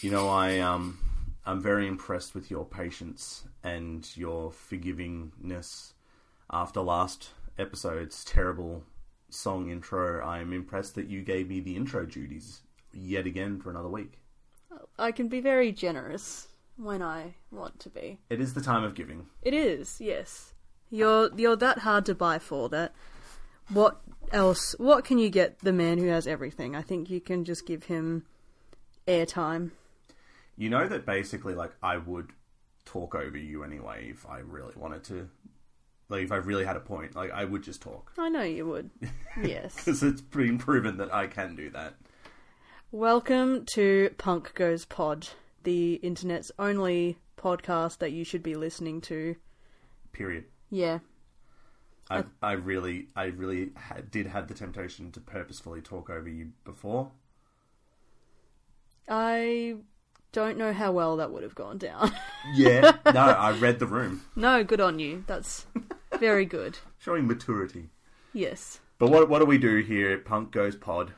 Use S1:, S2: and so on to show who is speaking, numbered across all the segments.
S1: You know, I um, I'm very impressed with your patience and your forgivingness after last episode's terrible song intro. I am impressed that you gave me the intro duties yet again for another week.
S2: I can be very generous when I want to be.
S1: It is the time of giving.
S2: It is, yes. You're you're that hard to buy for that. What else? What can you get the man who has everything? I think you can just give him airtime.
S1: You know that basically, like, I would talk over you anyway if I really wanted to. Like, if I really had a point, like, I would just talk.
S2: I know you would. Yes.
S1: Because it's been proven that I can do that.
S2: Welcome to Punk Goes Pod, the internet's only podcast that you should be listening to.
S1: Period.
S2: Yeah.
S1: I, I really, I really ha- did have the temptation to purposefully talk over you before.
S2: I don't know how well that would have gone down.
S1: Yeah. no, I read the room,
S2: no, good on you. That's very good.
S1: showing maturity.
S2: Yes.
S1: But what what do we do here at Punk Goes Pod?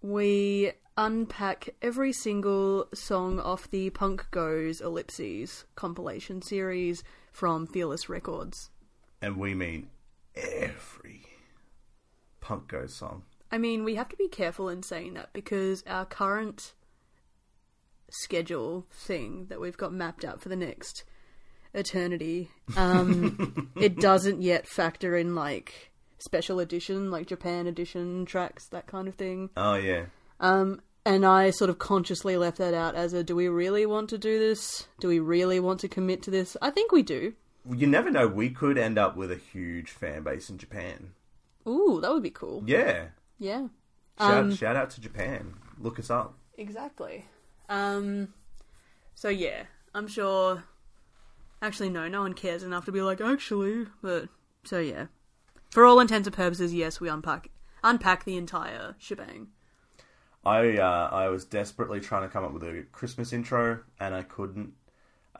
S2: We unpack every single song off the Punk Goes Ellipses compilation series from Fearless Records.
S1: And we mean every Punk Goes song.
S2: I mean, we have to be careful in saying that because our current schedule thing that we've got mapped out for the next eternity, um, it doesn't yet factor in like special edition, like Japan edition tracks, that kind of thing.
S1: Oh yeah.
S2: Um, and I sort of consciously left that out as a do we really want to do this? Do we really want to commit to this? I think we do.
S1: You never know. We could end up with a huge fan base in Japan.
S2: Ooh, that would be cool.
S1: Yeah.
S2: Yeah.
S1: Shout, shout out to Japan. Look us up.
S2: Exactly. Um, so yeah, I'm sure. Actually, no, no one cares enough to be like, actually, but so yeah. For all intents and purposes, yes, we unpack unpack the entire shebang.
S1: I uh, I was desperately trying to come up with a Christmas intro and I couldn't.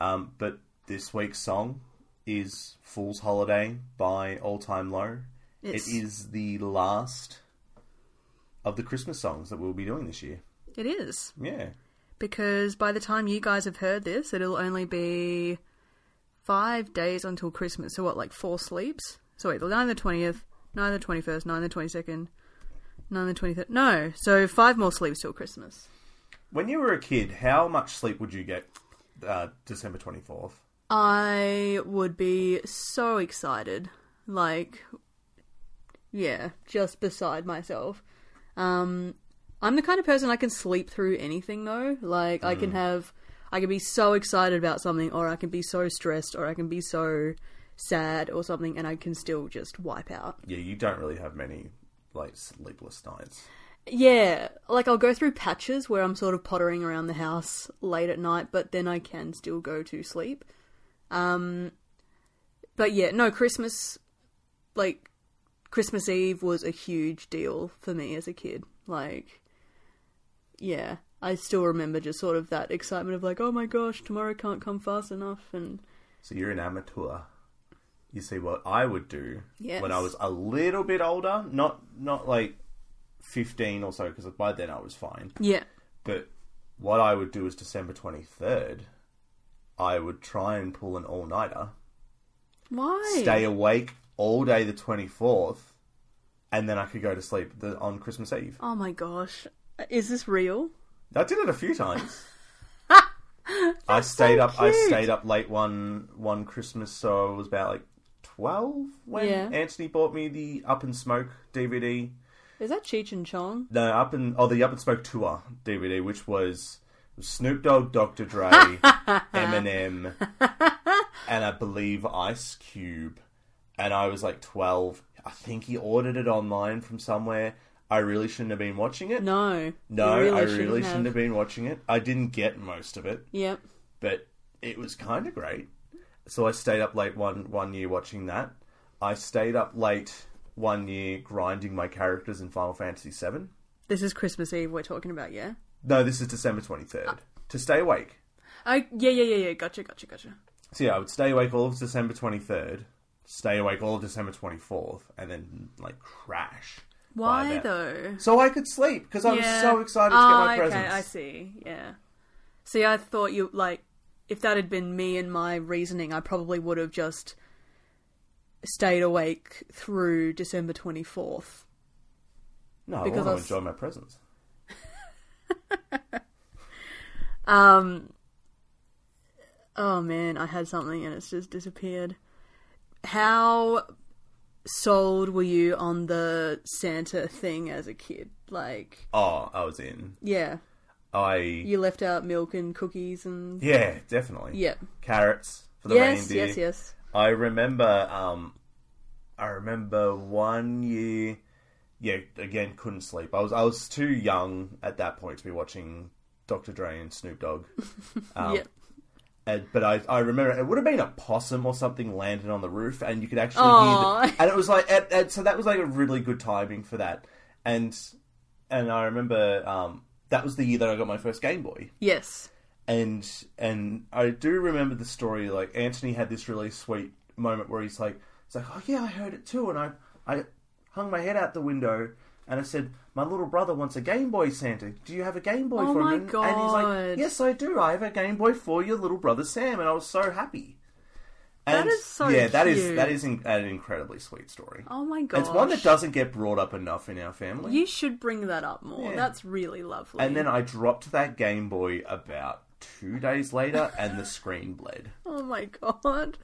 S1: Um, but this week's song is "Fool's Holiday" by All Time Low.
S2: It's-
S1: It is the last of the Christmas songs that we'll be doing this year.
S2: It is
S1: Yeah,
S2: because by the time you guys have heard this, it'll only be five days until Christmas. So what, like four sleeps? So wait, the nine the twentieth, nine the twenty first, nine the twenty second, nine the twenty third. No, so five more sleeps till Christmas.
S1: When you were a kid, how much sleep would you get uh, December 24th?
S2: I would be so excited. Like, yeah, just beside myself. Um, I'm the kind of person I can sleep through anything though. Like, I can have, I can be so excited about something, or I can be so stressed, or I can be so sad or something, and I can still just wipe out.
S1: Yeah, you don't really have many like sleepless nights.
S2: Yeah, like I'll go through patches where I'm sort of pottering around the house late at night, but then I can still go to sleep. Um, but yeah, no, Christmas, like Christmas Eve was a huge deal for me as a kid. Like, yeah, I still remember just sort of that excitement of like, oh my gosh, tomorrow can't come fast enough, and
S1: So you're an amateur. You see what I would do
S2: Yes.
S1: when I was a little bit older, not not like 15 or so because by then I was fine.
S2: yeah,
S1: But what I would do is December 23rd, I would try and pull an all-nighter,
S2: why?
S1: stay awake all day the 24th, and then I could go to sleep the, on Christmas Eve.
S2: oh my gosh, is this real?
S1: I did it a few times. I stayed up. I
S2: cute.
S1: stayed up late one one Christmas, so I was about like twelve when
S2: Yeah.
S1: Anthony bought me the Up in Smoke DVD.
S2: Is that Cheech and Chong?
S1: No, Up in oh the Up in Smoke tour DVD, which was Snoop Dogg, Dr. Dre, Eminem, and I believe Ice Cube. And I was like twelve. I think he ordered it online from somewhere. I really shouldn't have been watching it.
S2: No,
S1: No,
S2: you
S1: I really
S2: have.
S1: shouldn't have been watching it. I didn't get most of it,
S2: Yep.
S1: but it was kind of great. So I stayed up late one one year watching that. I stayed up late one year grinding my characters in Final Fantasy VII.
S2: This is Christmas Eve we're talking about, yeah?
S1: No, this is December twenty third to stay awake.
S2: I Oh, yeah, yeah, yeah, yeah. Gotcha, gotcha, gotcha.
S1: So yeah, I would stay awake all of December twenty third, stay awake all of December twenty fourth, and then like crash by
S2: Why
S1: then.
S2: though?
S1: So I could sleep because I was
S2: Yeah.
S1: so excited to get
S2: Ah,
S1: my presents.
S2: Okay, I see. Yeah. See, I thought you like if that had been me and my reasoning, I probably would have just stayed awake through December twenty fourth.
S1: No, I
S2: Because
S1: want
S2: I
S1: to
S2: was-
S1: enjoy my presents.
S2: Um. Oh man, I had something and it's just disappeared. How sold were you on the Santa thing as a kid? Like,
S1: Oh, I was in.
S2: yeah,
S1: I
S2: you left out milk and cookies and
S1: yeah, definitely.
S2: yeah.
S1: Carrots for the
S2: Yes,
S1: reindeer.
S2: yes, yes.
S1: I remember. Um, I remember one year. Yeah, again, couldn't sleep. I was I was too young at that point to be watching Dr. Dre and Snoop Dogg. Um,
S2: Yep.
S1: and- but I, I remember it would have been a possum or something landed on the roof, and you could actually hear.
S2: Aw.
S1: The, and it was like, and, and so that was like a really good timing for that. And and I remember um, that was the year that I got my first Game Boy
S2: Yes.
S1: and and I do remember the story. Like Anthony had this really sweet moment where he's like, "It's like, oh yeah, I heard it too," and I I hung my head out the window and I said, "My little brother wants a Game Boy, Santa. Do you have a Game Boy
S2: Oh
S1: for
S2: my
S1: him?" And- And he's like,
S2: God.
S1: "Yes, I do. I have a Game Boy for your little brother Sam," and I was so happy.
S2: That
S1: And
S2: is so
S1: yeah, that is
S2: cute.
S1: that is in, an incredibly sweet story.
S2: Oh my god.
S1: it's one that doesn't get brought up enough in our family.
S2: You should bring that up more.
S1: Yeah.
S2: That's really lovely.
S1: And then I dropped that Game Boy about two days later, and the screen bled.
S2: oh my god.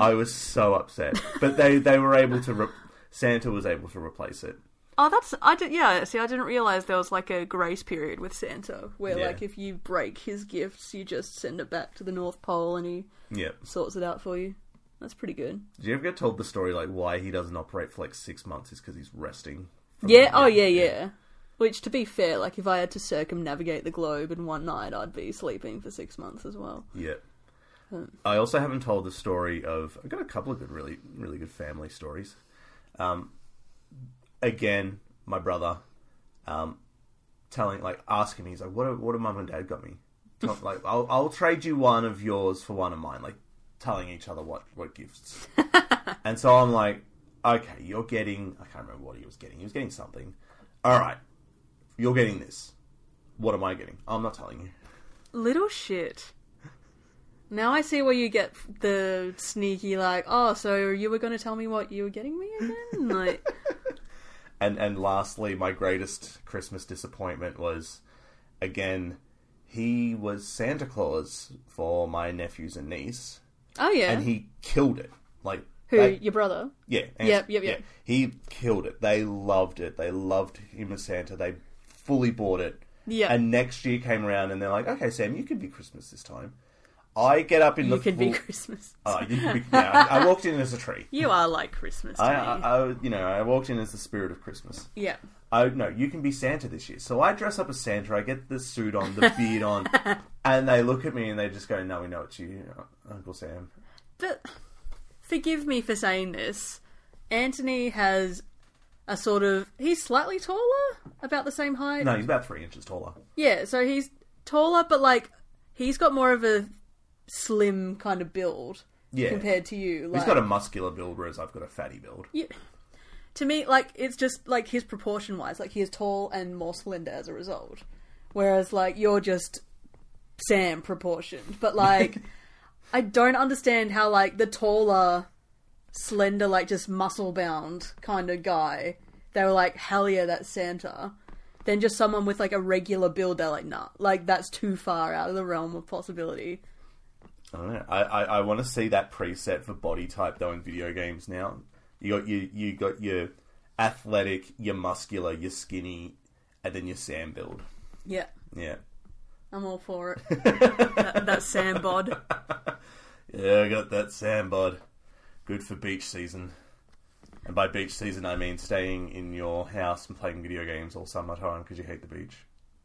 S1: I was so upset, but they they were able to. Re- Santa was able to replace it.
S2: Oh, that's I did. Yeah, see, I didn't realize there was like a grace period with Santa, where
S1: Yeah.
S2: like if you break his gifts, you just send it back to the North Pole and he
S1: Yep.
S2: sorts it out for you. That's pretty good.
S1: Did you ever get told the story like why he doesn't operate for like six months is because he's resting? from
S2: Yeah.
S1: that
S2: Oh, yeah,
S1: year?
S2: yeah, Which, to be fair, like if I had to circumnavigate the globe in one night, I'd be sleeping for six months as well.
S1: Yeah. I also haven't told the story of. I've got a couple of good, really, really good family stories. Um, again, my brother, um, telling like asking me, he's like, "What? Have, what have mum and dad got me? Tell- like, I'll, I'll trade you one of yours for one of mine." Like, telling each other what what gifts. and so I'm like, "Okay, you're getting. I can't remember what he was getting. He was getting something. All right, you're getting this. What am I getting? I'm not telling you."
S2: Little shit. Now I see where you get the sneaky, like, oh, so you were going to tell me what you were getting me again? Like,
S1: And and lastly, my greatest Christmas disappointment was again he was Santa Claus for my nephews and niece,
S2: oh yeah,
S1: and he killed it. Like
S2: who
S1: they-
S2: your brother?
S1: yeah, and-
S2: Yep, yep, yep.
S1: He killed it. They loved it. They loved him as Santa. They fully bought it.
S2: Yeah.
S1: And next year came around, and they're like, "Okay, Sam, you could be Christmas this time." I get up in the
S2: You could be
S1: full-
S2: Christmas.
S1: Oh, you could be- yeah, I I walked in as a tree.
S2: you are like Christmas to
S1: I,
S2: me.
S1: I, I, you know, I walked in as the spirit of Christmas.
S2: yeah.
S1: I no, you can be Santa this year. So I dress up as Santa. I get the suit on, the beard on, and they look at me and they just go, "No, we know it's you, Uncle Sam."
S2: But forgive me for saying this. Anthony has a sort of he's slightly taller, about the same height.
S1: No, he's about three inches taller.
S2: Yeah, so he's taller but like he's got more of a slim kind of build
S1: Yeah,
S2: compared to you. Like
S1: he's got a muscular build, whereas I've got a fatty build.
S2: you- to me, like it's just like his proportion wise, like he is tall and more slender as a result. Whereas like you're just Sam proportioned, but like I don't understand how like the taller, slender, like just muscle bound kind of guy, they were like hell yeah that's Santa. Then just someone with like a regular build, they're like nah, like that's too far out of the realm of possibility.
S1: I don't know. I, I, I want to see that preset for body type though in video games now. You got you you got your athletic, your muscular, your skinny, and then your Sam build.
S2: Yeah,
S1: Yeah,
S2: I'm all for it. that, that Sam bod.
S1: yeah, I got that Sam bod. Good for beach season. And by beach season, I mean staying in your house and playing video games all summertime because you hate the beach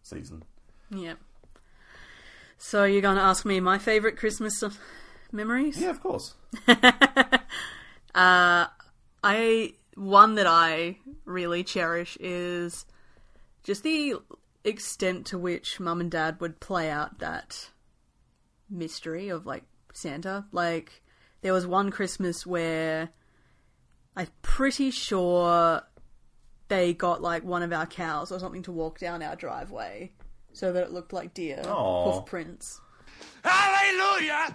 S1: season.
S2: Yep. So you're going to ask me my favorite Christmas uh, memories?
S1: Yeah, of course.
S2: I one that I really cherish is just the extent to which mum and dad would play out that mystery of like Santa. Like there was one Christmas where I'm pretty sure they got like one of our cows or something to walk down our driveway so that it looked like deer
S1: Aw.
S2: hoof prints.
S3: Hallelujah!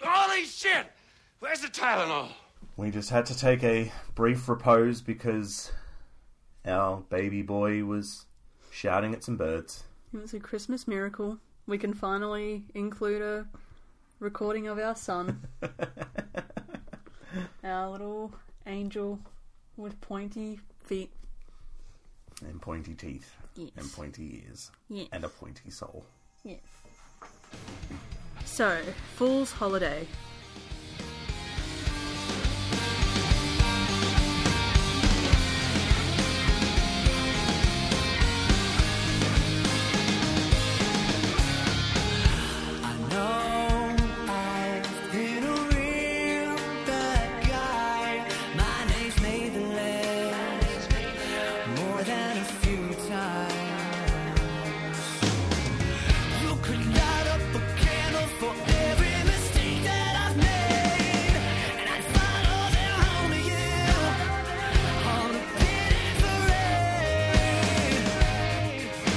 S3: Holy shit! Where's the Tylenol?
S1: We just had to take a brief repose because our baby boy was shouting at some birds.
S2: It was a Christmas miracle. We can finally include a recording of our son, our little angel with pointy feet.
S1: And pointy teeth.
S2: Yes.
S1: And pointy ears.
S2: Yes.
S1: And a pointy soul.
S2: Yes. So, Fool's Holiday.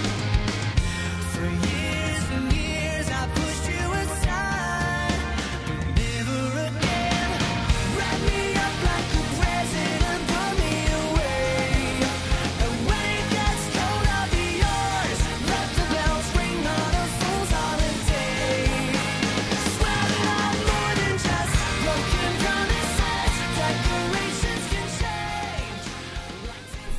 S4: For years and years I pushed you aside Never again Wrap me up like a present and put me away And when it gets cold I'll be yours Let the bells ring on a fool's holiday Swear that I'm more than just broken promises Decorations can change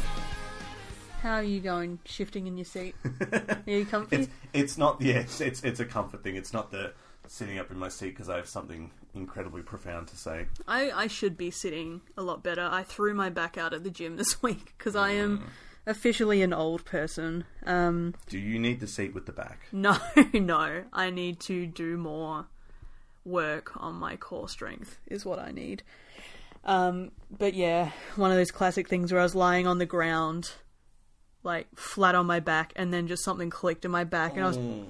S2: How are you going? Shifting in your seat? Are you comfy?
S1: It's it's not yeah, it's, it's it's a comfort thing. It's not the sitting up in my seat because I have something incredibly profound to say.
S2: I, I should be sitting a lot better. I threw my back out at the gym this week because I am officially an old person. Um,
S1: Do you need the seat with the back?
S2: no, no, I need to do more work on my core strength is what I need. Um, but yeah, one of those classic things where I was lying on the ground, like flat on my back, and then just something clicked in my back, and I was,
S1: Mm.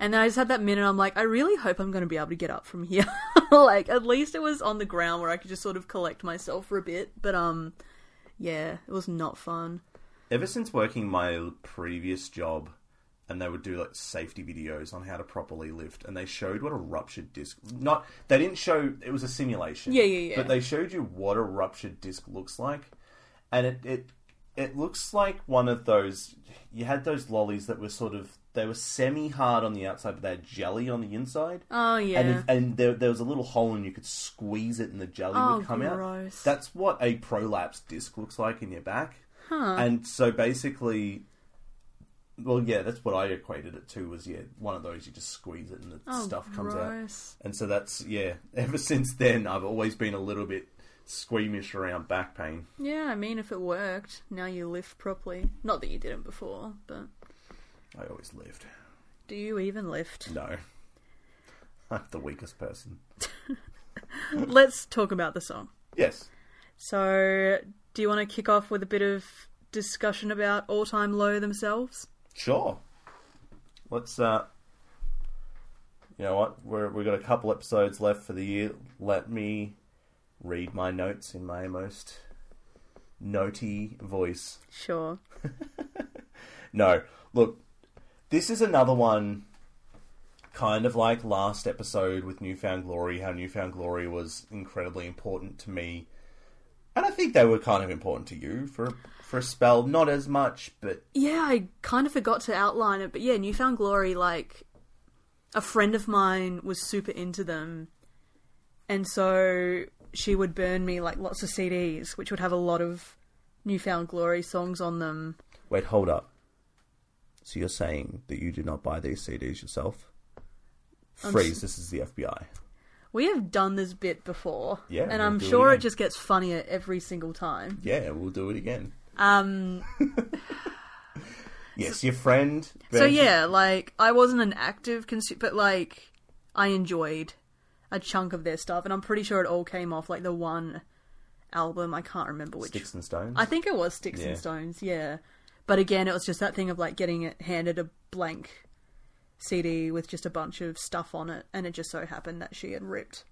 S2: and then I just had that minute. I'm like, I really hope I'm going to be able to get up from here. like, at least it was on the ground where I could just sort of collect myself for a bit. But um, yeah, it was not fun.
S1: Ever since working my previous job, and they would do like safety videos on how to properly lift, and they showed what a ruptured disc. Not they didn't show it was a simulation.
S2: Yeah, yeah, yeah.
S1: But they showed you what a ruptured disc looks like, and it it it looks like one of those. You had those lollies that were sort of they were semi hard on the outside, but they had jelly on the inside.
S2: Oh yeah,
S1: And, if, and there, there was a little hole, and you could squeeze it, and the jelly
S2: Oh,
S1: would come out.
S2: gross.
S1: That's what a prolapsed disc looks like in your back. And so basically, well, yeah, that's what I equated it to. Was yeah, one of those you just squeeze it, and the
S2: Oh,
S1: stuff comes
S2: gross.
S1: out. And so that's yeah. Ever since then, I've always been a little bit squeamish around back pain.
S2: yeah. I mean, if it worked, now you lift properly. Not that you didn't before, but
S1: I always lived.
S2: do you even lift?
S1: No, I'm the weakest person.
S2: Let's talk about the song.
S1: Yes.
S2: So, do you want to kick off with a bit of discussion about All Time Low themselves?
S1: Sure. Let's uh you know what? We're we've got a couple episodes left for the year. Let me read my notes in my most notey voice.
S2: Sure.
S1: No. Look, this is another one kind of like last episode with Newfound Glory, how Newfound Glory was incredibly important to me. And I think they were kind of important to you for for a spell, not as much, but
S2: Yeah, I kind of forgot to outline it, but yeah, Newfound Glory, like, a friend of mine was super into them, and so she would burn me, like, lots of CDs, which would have a lot of Newfound Glory songs on them.
S1: Wait, hold up. So you're saying that you do not buy these CDs yourself? Freeze, this is the FBI.
S2: We have done this bit before,
S1: Yeah,
S2: and
S1: we'll
S2: I'm
S1: do it
S2: sure it
S1: again.
S2: just gets funnier every single time.
S1: Yeah, we'll do it again.
S2: Um,
S1: Yes, your friend.
S2: so yeah, like I wasn't an active consumer, but like I enjoyed a chunk of their stuff, and I'm pretty sure it all came off like the one album. I can't remember which.
S1: Sticks and stones.
S2: I think it was Sticks
S1: Yeah.
S2: and Stones. Yeah, but again, it was just that thing of like getting it handed a blank CD with just a bunch of stuff on it, and it just so happened that she had ripped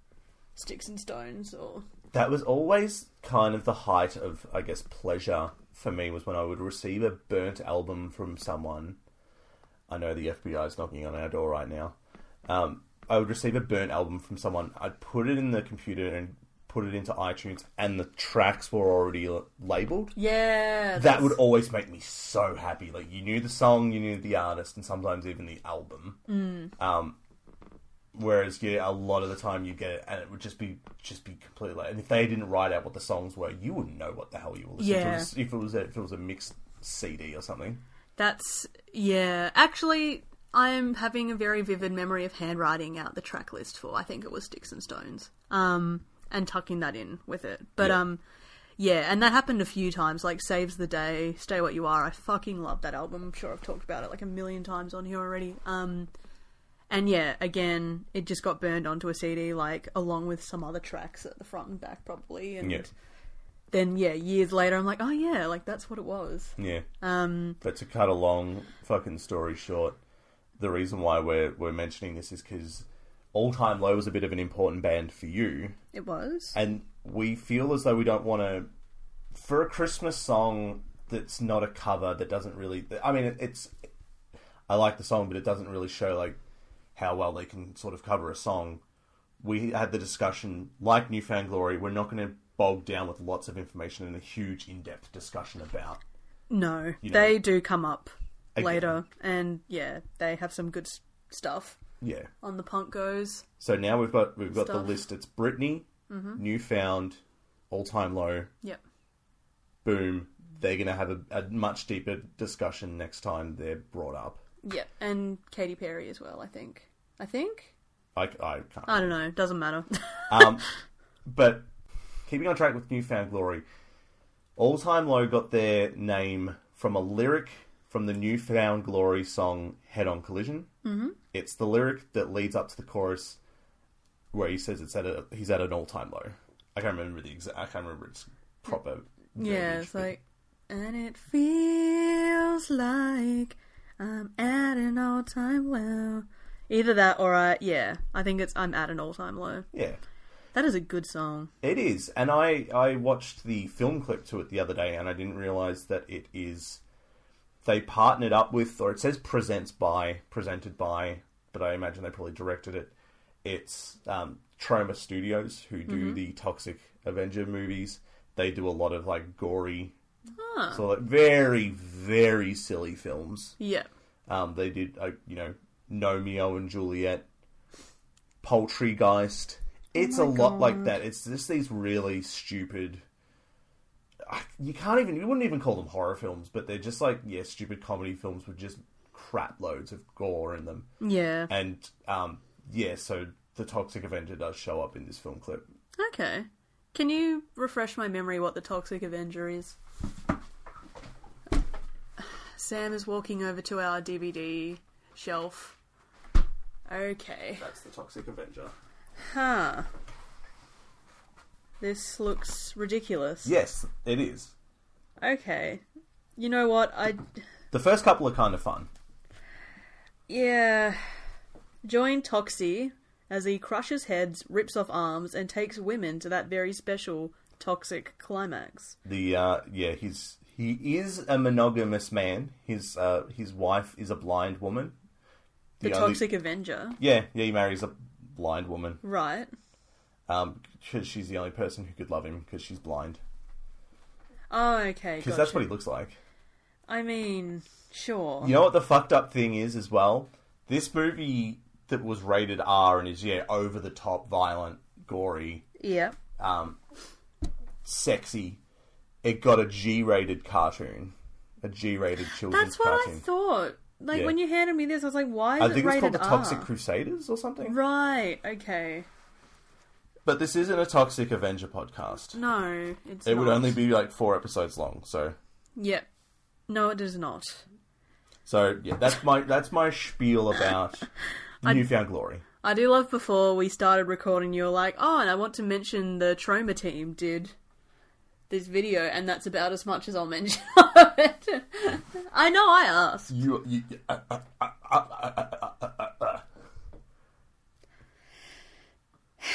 S2: Sticks and Stones or
S1: that was always kind of the height of, I guess, pleasure for me was when I would receive a burnt album from someone. I know the FBI is knocking on our door right now. Um, I would receive a burnt album from someone. I'd put it in the computer and put it into iTunes, and the tracks were already l- labeled.
S2: Yeah.
S1: That
S2: that's-
S1: would always make me so happy. Like you knew the song, you knew the artist, and sometimes even the album. Um, whereas yeah, a lot of the time you get it, and it would just be just be completely. Like, and if they didn't write out what the songs were, you wouldn't know what the hell you were listening to
S2: Yeah.
S1: It was- if it was a, if it was a mixed CD or something.
S2: That's yeah. Actually, I'm having a very vivid memory of handwriting out the track list for I think it was Sticks and Stones. Um and tucking that in with it. But
S1: Yeah.
S2: um yeah, and that happened a few times, like Saves the Day, Stay What You Are. I fucking love that album. I'm sure I've talked about it like a million times on here already. Um and yeah, again, it just got burned onto a CD like along with some other tracks at the front and back probably and
S1: Yeah.
S2: then yeah, years later I'm like, "Oh yeah, like that's what it was."
S1: Yeah. Um, but to cut a long fucking story short, the reason why we're we're mentioning this is because All Time Low was a bit of an important band for you,
S2: It was.
S1: and we feel as though we don't want to for a Christmas song that's not a cover that doesn't really. I mean, it's I like the song, but it doesn't really show like how well they can sort of cover a song. We had the discussion like Newfound Glory. We're not going to bog down with lots of information and a huge in-depth discussion about
S2: No,
S1: know.
S2: they do come up
S1: Again.
S2: later, and yeah, they have some good s- stuff
S1: yeah
S2: on the punk goes.
S1: So now we've got we've got the
S2: Stuff.
S1: list. It's Britney, Newfound, All Time Low,
S2: Yep.
S1: Boom. They're going to have a, a much deeper discussion next time they're brought up.
S2: Yep. And Katy Perry as well, I think. I think?
S1: I, I can't.
S2: I don't know. Doesn't matter.
S1: Um, but keeping on track with Newfound Glory, All Time Low got their name from a lyric from the Newfound Glory song Head on Collision. Mm-hmm. It's the lyric that leads up to the chorus where he says it's at a, he's at an all time low. I can't remember the exact. I can't remember its proper.
S2: yeah,
S1: verbiage,
S2: it's
S1: but-
S2: like, and it feels like I'm at an all time low. Either that or I, yeah, I think it's I'm at an all time low.
S1: yeah,
S2: That is a good song.
S1: it is. And I I watched the film clip to it the other day, and I didn't realize that it is. They partnered up with, or it says presents by, presented by, but I imagine they probably directed it. It's um, Troma Studios who do the Toxic Avenger movies. They do a lot of like gory, so like very very silly films.
S2: Yeah.
S1: Um, they did, uh, you know, Nomeo and Juliet, Poultrygeist. It's a lot like that. It's just these really stupid. I- You can't even. You wouldn't even call them horror films, but they're just like yeah, stupid comedy films with just crap loads of gore in them.
S2: Yeah.
S1: And um, yeah, so the Toxic Avenger does show up in this film clip.
S2: Okay. Can you refresh my memory what the Toxic Avenger is? Sam is walking over to our DVD shelf. Okay.
S1: That's the Toxic Avenger.
S2: Huh. This looks ridiculous.
S1: Yes, it is.
S2: Okay. You know what? I.
S1: The first couple are kind of fun.
S2: Yeah. Join Toxie as he crushes heads, rips off arms, and takes women to that very special toxic climax.
S1: the uh, yeah he's he is a monogamous man his uh, his wife is a blind woman
S2: The,
S1: only-
S2: Toxic Avenger.
S1: yeah yeah he marries a blind woman
S2: Right.
S1: um because she's the only person who could love him because she's blind
S2: Oh, okay.
S1: because
S2: gotcha.
S1: that's what he looks like
S2: I mean, sure.
S1: you know what the fucked up thing is as well this movie that was rated R and is yeah over the top violent gory
S2: Yeah.
S1: sexy it got a G rated cartoon a G rated children's
S2: That's what
S1: cartoon
S2: I thought. Like
S1: Yeah.
S2: when you handed me this, I was like, "Why is
S1: I
S2: it
S1: think it's
S2: rated
S1: called the
S2: R?"
S1: Toxic Crusaders or something
S2: Right. Okay.
S1: But this isn't a Toxic Avenger podcast.
S2: No, Mm, it's.
S1: it would
S2: not.
S1: only be like four episodes long. So,
S2: Yep. No, it is not.
S1: so yeah, that's my that's my spiel about Newfound Glory.
S2: I do love before we started recording, you were like, "Oh, and I want to mention the Trauma team did this video, and that's about as much as I'll mention." of it." I know I asked.
S1: You, you uh, uh, uh, uh, uh, uh, uh, uh, uh.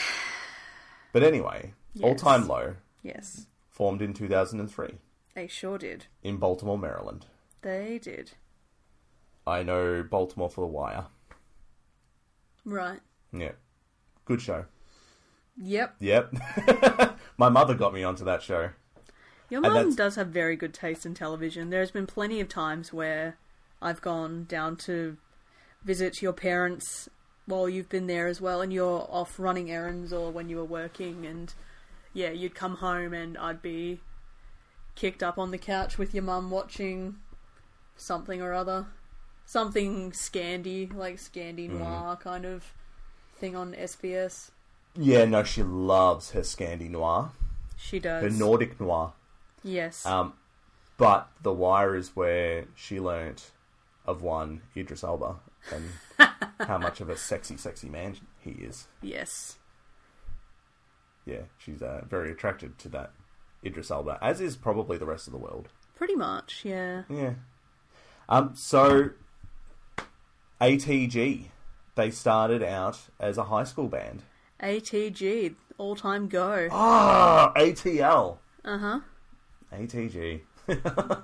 S1: but anyway,
S2: Yes.
S1: All Time Low
S2: Yes.
S1: formed in two thousand and three.
S2: They sure did.
S1: in Baltimore, Maryland.
S2: They did.
S1: I know Baltimore for The Wire.
S2: Right.
S1: Yeah. Good show.
S2: Yep.
S1: Yep. My mother got me onto that show.
S2: Your
S1: And
S2: mum
S1: that's-
S2: does have very good taste in television. There has been plenty of times where I've gone down to visit your parents while you've been there as well, and you're off running errands or when you were working, and yeah, you'd come home and I'd be kicked up on the couch with your mum watching something or other. Something Scandi, like Scandi
S1: Mm-hmm.
S2: noir kind of thing on SBS.
S1: Yeah, no, she loves her Scandi noir,
S2: She
S1: her
S2: does.
S1: Nordic noir.
S2: yes.
S1: Um, but The Wire is where she learnt of one Idris Elba and how much of a sexy, sexy man he is.
S2: yes.
S1: Yeah, she's uh, very attracted to that Idris Elba, as is probably the rest of the world.
S2: Pretty much, yeah.
S1: Yeah. Um, so, ATG, they started out as a high school band.
S2: ATG, all time go.
S1: Ah, ATL. Uh huh. ATG.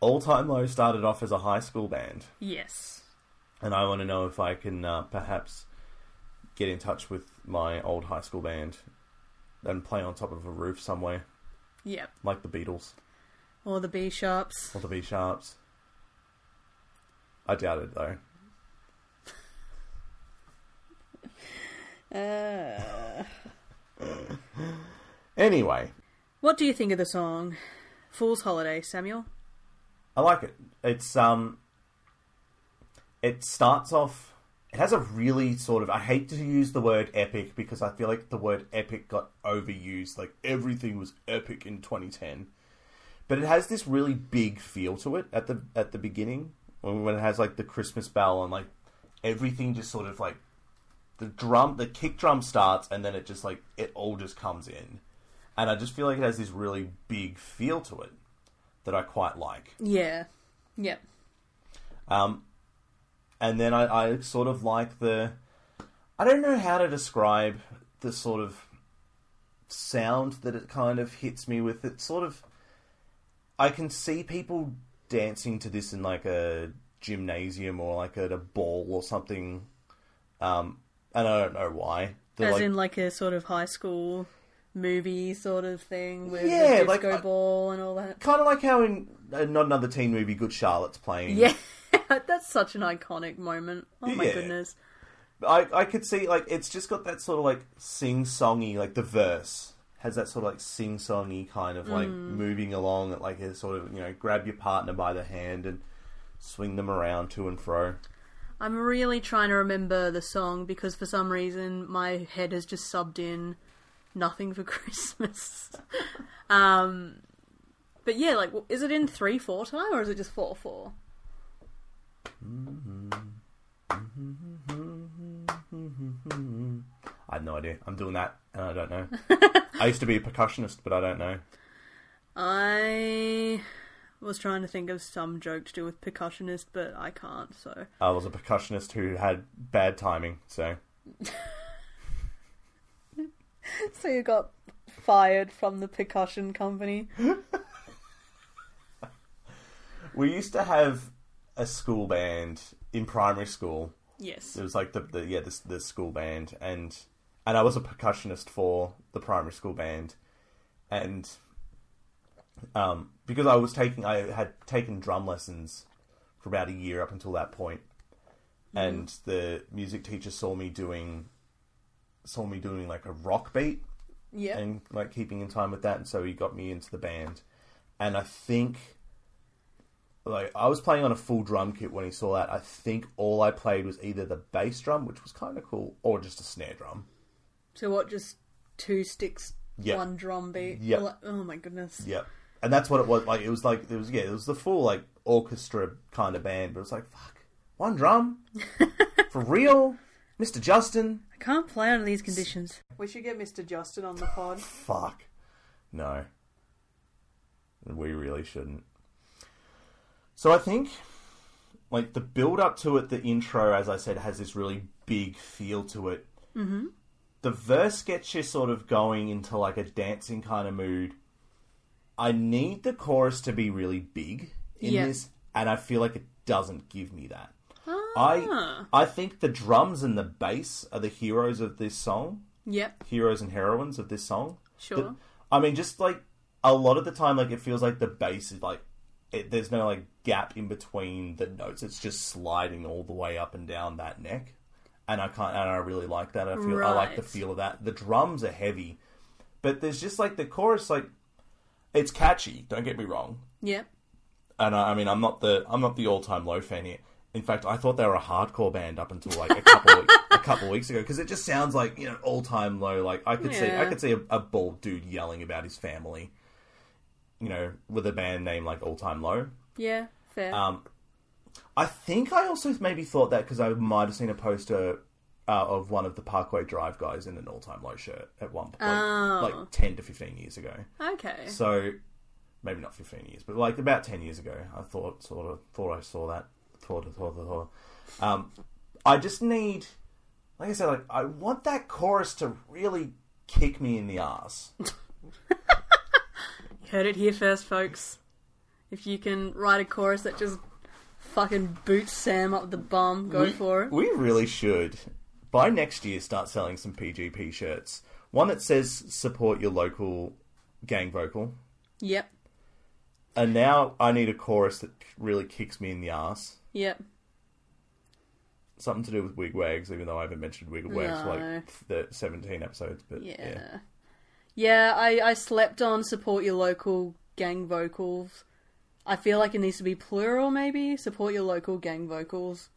S1: All Time Low started off as a high school band,
S2: Yes.
S1: and I want to know if I can uh, perhaps get in touch with my old high school band and play on top of a roof somewhere,
S2: Yep.
S1: like the Beatles
S2: Or the B sharps.
S1: or the V Sharps. I doubt it though. Anyway,
S2: What do you think of the song Fool's Holiday, Samuel?
S1: I like it. It's um, it starts off. It has a really sort of. I hate to use the word epic because I feel like the word epic got overused. Like everything was epic in 2010, but it has this really big feel to it at the at the beginning when, when it has like the Christmas bell and like everything just sort of like the drum, the kick drum starts and then it just like it all just comes in, and I just feel like it has this really big feel to it that I quite like.
S2: Yeah. Yep.
S1: Um, and then I, I sort of like the. I don't know how to describe the sort of sound that it kind of hits me with. It sort of. I can see people dancing to this in like a gymnasium or like at a ball or something. Um, and I don't know why. They're
S2: As
S1: like-
S2: in like a sort of high school movie sort of thing with
S1: Yeah,
S2: the
S1: like,
S2: disco
S1: I-
S2: ball and all that.
S1: kind of like how in uh, not another teen movie, Good Charlotte's playing.
S2: Yeah. That's such an iconic moment. Oh my
S1: Yeah.
S2: goodness.
S1: I, I could see like it's just got that sort of like sing songy like the verse has that sort of like sing songy kind of like moving along that like is sort of you know grab your partner by the hand and swing them around to and fro.
S2: I'm really trying to remember the song because for some reason my head has just subbed in nothing for Christmas. um, but yeah, like, w- is it in 3 4 time or is it just 4 4?
S1: I have no idea. I'm doing that and I don't know. I used to be a percussionist, but I don't know.
S2: I was trying to think of some joke to do with percussionist, but I can't, so.
S1: I was a percussionist who had bad timing, so
S2: So you got fired from the percussion company?
S1: we used to have a school band in primary school
S2: Yes.
S1: it was like the, the yeah the, the school band and and I was a percussionist for the primary school band and um because I was taking I had taken drum lessons for about a year up until that point and the music teacher saw me doing saw me doing like a rock beat
S2: Yeah.
S1: and like keeping in time with that, and so he got me into the band. And I think, like, I was playing on a full drum kit when he saw that. I think all I played was either the bass drum, which was kind of cool, or just a snare drum.
S2: So what, just two sticks,
S1: Yeah.
S2: one drum beat?
S1: Yeah.
S2: Like- Oh my goodness.
S1: Yep. And that's what it was. Like, it was like it was yeah, it was the full like orchestra kind of band, but it was like fuck, one drum for real, Mister Justin.
S2: Can't play under these conditions. We should get Mr. Justin on the pod.
S1: Fuck. No. We really shouldn't. So I think, like, the build up to it, the intro, as I said, has this really big feel to it. Mm-hmm. The verse gets you sort of going into, like, a dancing kind of mood. I need the chorus to be really big in
S2: Yeah.
S1: this, and I feel like it doesn't give me that. I I think the drums and the bass are the heroes of this song,
S2: Yep.
S1: heroes and heroines of this song.
S2: Sure.
S1: The- I mean, just like a lot of the time, like it feels like the bass is like it, there's no like gap in between the notes. It's just sliding all the way up and down that neck, and I can't. And I really like that. I feel I like the
S2: Right.
S1: feel of that. The drums are heavy, but there's just like the chorus. Like it's catchy. Don't get me wrong.
S2: Yep.
S1: And I, I mean, I'm not the I'm not the all time low fan here. In fact, I thought they were a hardcore band up until like a couple a couple weeks ago because it just sounds like you know all time low. Like I could see I
S2: Yeah.
S1: could see a, a bald dude yelling about his family, you know, with a band name like All Time Low.
S2: Yeah. Fair.
S1: Um, I think I also maybe thought that because I might have seen a poster uh, of one of the Parkway Drive guys in an All Time Low shirt at one point, like ten to fifteen years ago.
S2: okay.
S1: So maybe not 15 years, but like about 10 years ago, I thought sort of thought I saw that. Thought thought thought. thought. Um, I just need, like I said, like I want that chorus to really kick me in the ass.
S2: Heard it here first, folks. If you can write a chorus that just fucking boots Sam up the bum, go
S1: Mm-hmm.
S2: for it.
S1: We really should by next year start selling some PGP shirts. One that says support your local gang vocal,
S2: Yep.
S1: and now I need a chorus that really kicks me in the ass.
S2: Yep.
S1: Something to do with wigwags, even though I haven't mentioned wigwags for
S2: No.
S1: like the seventeen episodes. But
S2: Yeah.
S1: yeah.
S2: Yeah, I, I slept on support your local gang vocals. I feel like it needs to be plural, maybe? Support your local gang vocals.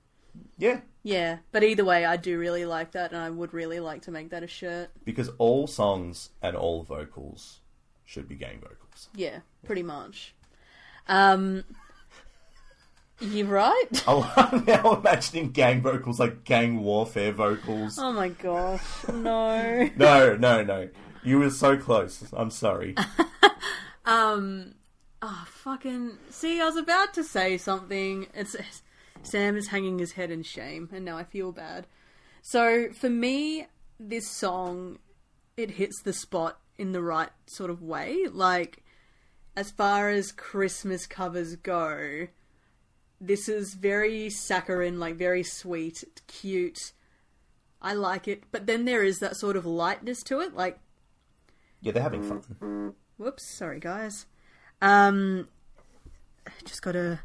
S1: Yeah,
S2: Yeah, but either way, I do really like that, and I would really like to make that a shirt.
S1: because all songs and all vocals should be gang vocals.
S2: Yeah, pretty much. Um, you right?
S1: Oh, I'm now imagining gang vocals like gang warfare vocals.
S2: Oh my gosh, no.
S1: No, no, no. You were so close. I'm sorry.
S2: Fucking. See, I was about to say something. It's Sam is hanging his head in shame, and now I feel bad. So for me, this song it hits the spot in the right sort of way. Like as far as Christmas covers go, this is very saccharine, like very sweet, cute. I like it, but then there is that sort of lightness to it, like
S1: Yeah, they're having fun.
S2: Whoops, sorry guys. Um just got a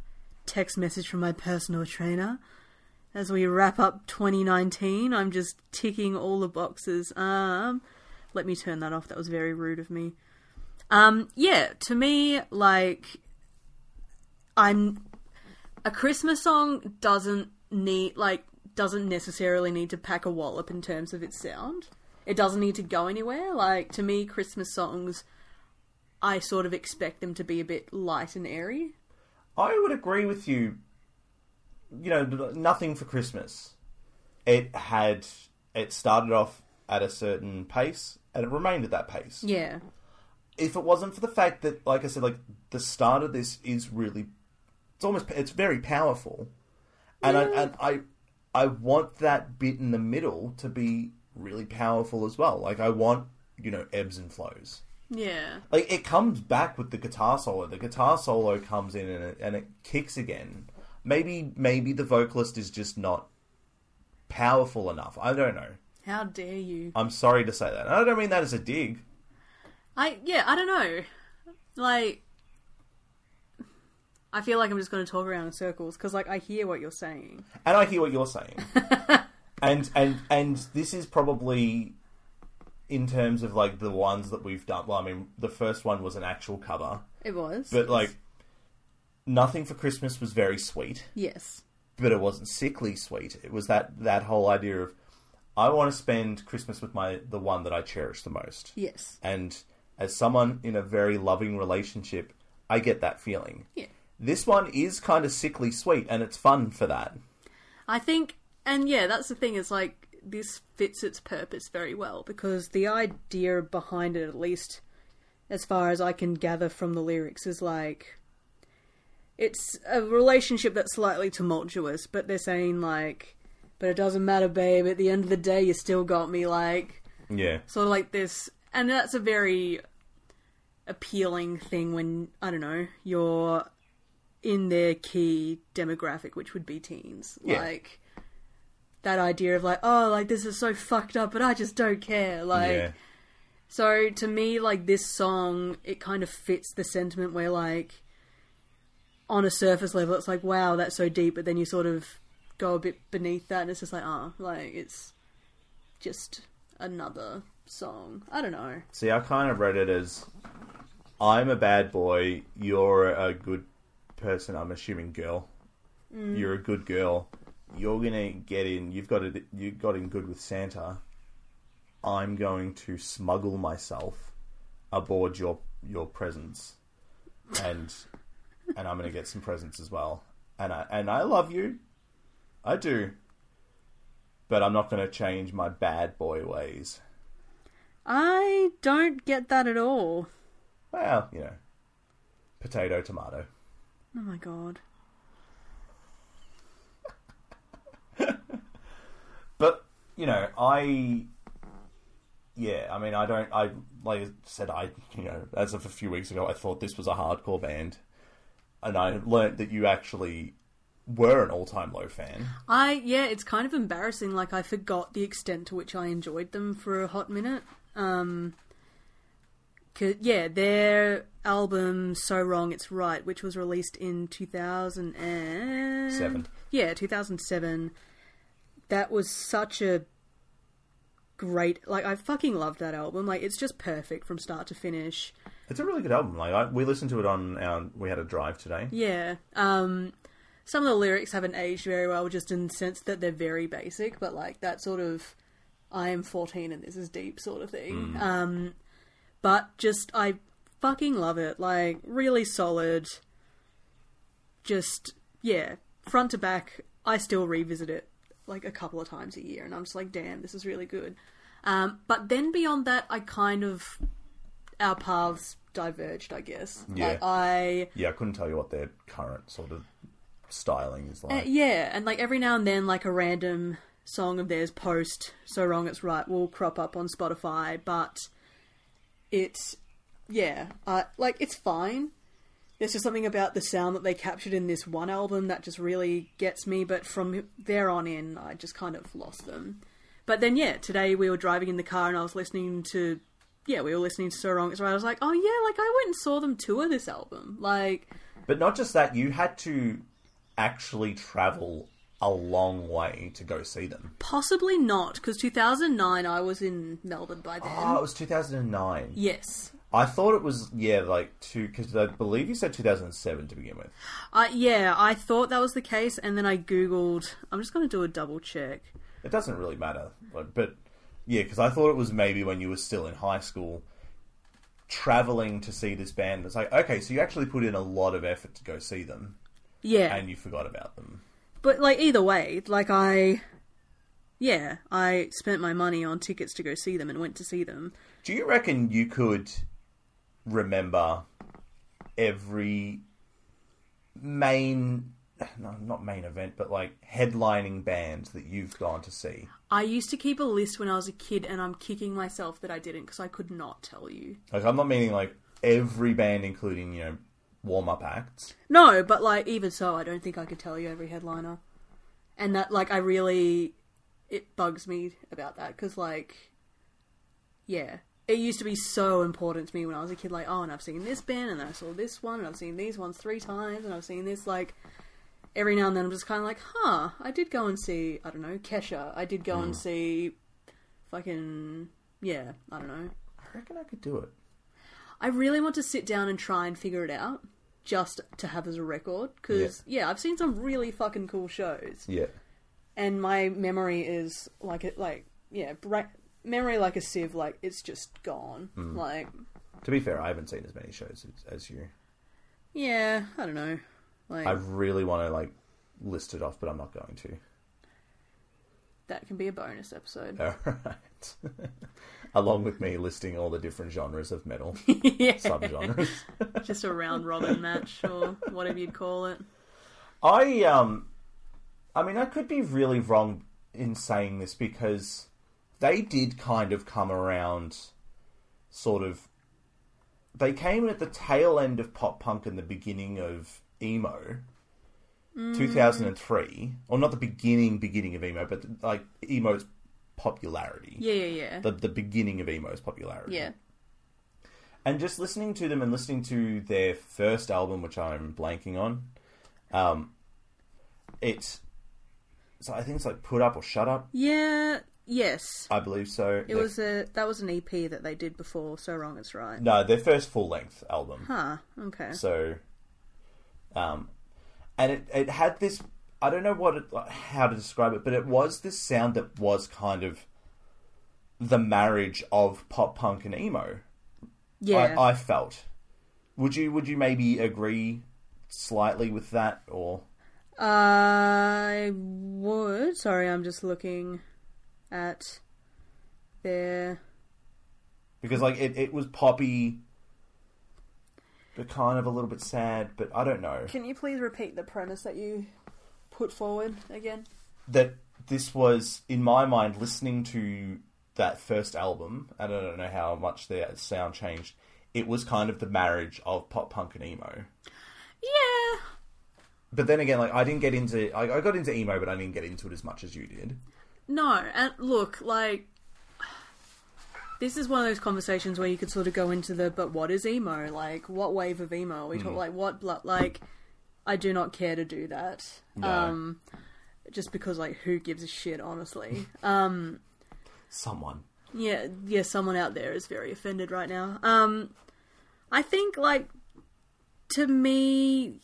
S2: text message from my personal trainer. As we wrap up 2019, I'm just ticking all the boxes. Um let me turn that off. That was very rude of me. Um yeah, to me like I'm a Christmas song doesn't need like doesn't necessarily need to pack a wallop in terms of its sound. It doesn't need to go anywhere. Like to me Christmas songs I sort of expect them to be a bit light and airy.
S1: I would agree with you. You know, nothing for Christmas. It had it started off at a certain pace and it remained at that pace.
S2: Yeah.
S1: if it wasn't for the fact that, like I said, like the start of this is really, it's almost, it's very powerful, and I and I, I want that bit in the middle to be really powerful as well. Like I want, you know, ebbs and flows.
S2: Yeah.
S1: Like it comes back with the guitar solo. The guitar solo comes in and it, and it kicks again. Maybe maybe the vocalist is just not powerful enough. I don't know.
S2: How dare you?
S1: I'm sorry to say that. And I don't mean that as a dig.
S2: I yeah, I don't know. Like I feel like I'm just going to talk around in circles cuz like I hear what you're saying.
S1: and I hear what you're saying. and and and this is probably in terms of like the ones that we've done. Well, I mean, the first one was an actual cover,
S2: It was.
S1: but like nothing for Christmas was very sweet,
S2: yes.
S1: but it wasn't sickly sweet. It was that that whole idea of I want to spend Christmas with my the one that I cherish the most.
S2: Yes.
S1: And as someone in a very loving relationship, I get that feeling.
S2: Yeah.
S1: This one is kind of sickly sweet and it's fun for that.
S2: I think, and yeah, that's the thing. Is like this fits its purpose very well because the idea behind it, at least as far as I can gather from the lyrics, is like it's a relationship that's slightly tumultuous, but they're saying like, but it doesn't matter, babe. At the end of the day, you still got me. Like,
S1: Yeah.
S2: sort of like this, and that's a very appealing thing when I don't know you're in their key demographic, which would be teens.
S1: Yeah.
S2: Like that idea of like, oh, like this is so fucked up, but I just don't care. Like,
S1: yeah.
S2: so to me, like this song, it kind of fits the sentiment where like on a surface level, it's like, wow, that's so deep, but then you sort of go a bit beneath that, and it's just like, oh, like it's just another song. I don't know.
S1: See, I kind of read it as I'm a bad boy, you're a good person, I'm assuming girl. You're a good girl. You're going to get in. You've got it you got in good with Santa. I'm going to smuggle myself aboard your your presents. And and I'm going to get some presents as well. And I and I love you. I do. But I'm not going to change my bad boy ways.
S2: I don't get that at all.
S1: Well, you know, potato, tomato.
S2: Oh my god.
S1: But you know, I, yeah, I mean, I don't. I like I said, I you know, as of a few weeks ago, I thought this was a hardcore band, and I learnt that you actually were an all-time low fan.
S2: I yeah, it's kind of embarrassing. Like I forgot the extent to which I enjoyed them for a hot minute. Um, 'cause- yeah, their album "So Wrong It's Right," which was released in two thousand and
S1: Seven.
S2: Yeah, two thousand seven. That was such a great like I fucking loved that album. Like it's just perfect from start to finish.
S1: It's a really good album. Like I, we listened to it on our. We had a drive today.
S2: Yeah. Um, some of the lyrics haven't aged very well, just in the sense that they're very basic, but like that sort of I am 14 and this is deep sort of thing. Um, but just, I fucking love it. Like, really solid. Just, yeah, front to back, I still revisit it like a couple of times a year and I'm just like, damn, this is really good. Um, but then beyond that, I kind of, our paths diverged, I guess.
S1: Yeah.
S2: Like, I.
S1: Yeah, I couldn't tell you what their current sort of styling is
S2: Uh,
S1: like.
S2: yeah, and like every now and then, like a random song of theirs post "So Wrong It's Right" will crop up on Spotify, but it's yeah, uh, like it's fine. There's just something about the sound that they captured in this one album that just really gets me. But from there on in, I just kind of lost them. But then yeah, today we were driving in the car and I was listening to yeah, we were listening to "So Wrong It's Right." I was like, oh yeah, like I went and saw them tour this album, like.
S1: But not just that, you had to actually travel a long way to go see them.
S2: Possibly not, because 2009 I was in Melbourne by then.
S1: Oh, it was 2009.
S2: Yes.
S1: I thought it was yeah, like two because I believe you said 2007 to begin with.
S2: I yeah, I thought that was the case, and then I googled. I'm just going to do a double check.
S1: It doesn't really matter, but, but yeah, because I thought it was maybe when you were still in high school, traveling to see this band. It's like okay, so you actually put in a lot of effort to go see them,
S2: Yeah,
S1: and you forgot about them.
S2: but like either way, like I, yeah, I spent my money on tickets to go see them and went to see them.
S1: Do you reckon you could remember every main, no, not main event, but like headlining band that you've gone to see?
S2: I used to keep a list when I was a kid, and I'm kicking myself that I didn't because I could not tell you.
S1: Like I'm not meaning like every band, including you know warm up acts.
S2: No, but like even so, I don't think I could tell you every headliner, and that like I really it bugs me about that because like yeah, it used to be so important to me when I was a kid. Like oh, and I've seen this band, and I saw this one, and I've seen these ones three times, and I've seen this like every now and then. I'm just kind of like, huh, I did go and see I don't know Kesha. I did go and see fucking yeah, I don't know.
S1: I reckon I could do it.
S2: I really want to sit down and try and figure it out just to have as a record because yeah. I've seen some really fucking cool shows
S1: Yeah,
S2: and my memory is like it like yeah bra- memory like a sieve like it's just gone
S1: Hmm.
S2: like
S1: to be fair, I haven't seen as many shows as, as you.
S2: yeah I don't know like
S1: I really want to like list it off, but I'm not going to.
S2: that can be a bonus episode
S1: All right. Along with me listing all the different genres of metal,
S2: yeah
S1: subgenres.
S2: just a round robin match or whatever you'd call it
S1: I um, I mean, I could be really wrong in saying this because they did kind of come around, sort of they came in at the tail end of pop punk and the beginning of emo.
S2: Mm.
S1: 2003, or not the beginning beginning of emo, but like emo's popularity.
S2: Yeah, yeah, yeah.
S1: The the beginning of emo's popularity.
S2: yeah.
S1: And just listening to them and listening to their first album, which I'm blanking on, um, it's so I think it's like Put Up or Shut Up.
S2: Yeah, yes.
S1: I believe so.
S2: It was a that was an EP that they did before So Wrong It's Right.
S1: no their first full length album.
S2: Huh, okay.
S1: So, um, and it it had this I don't know what it, how to describe it, but it was this sound that was kind of the marriage of pop punk and emo.
S2: yeah.
S1: I, I felt. Would you would you maybe agree slightly with that or
S2: I would. Sorry, I'm just looking at their.
S1: because like it, it was poppy but kind of a little bit sad, but I don't know.
S2: Can you please repeat the premise that you put forward again?
S1: that this was in my mind listening to that first album and i don't know how much their sound changed it was kind of the marriage of pop punk and emo
S2: Yeah.
S1: but then again like i didn't get into i, I got into emo but i didn't get into it as much as you did
S2: No, and look, like this is one of those conversations where you could sort of go into the but what is emo? Like what wave of emo? Are we talk like what blood like I do not care to do that. Um just because like who gives a shit honestly.
S1: someone
S2: Yeah, yeah, someone out there is very offended right now. Um I think like to me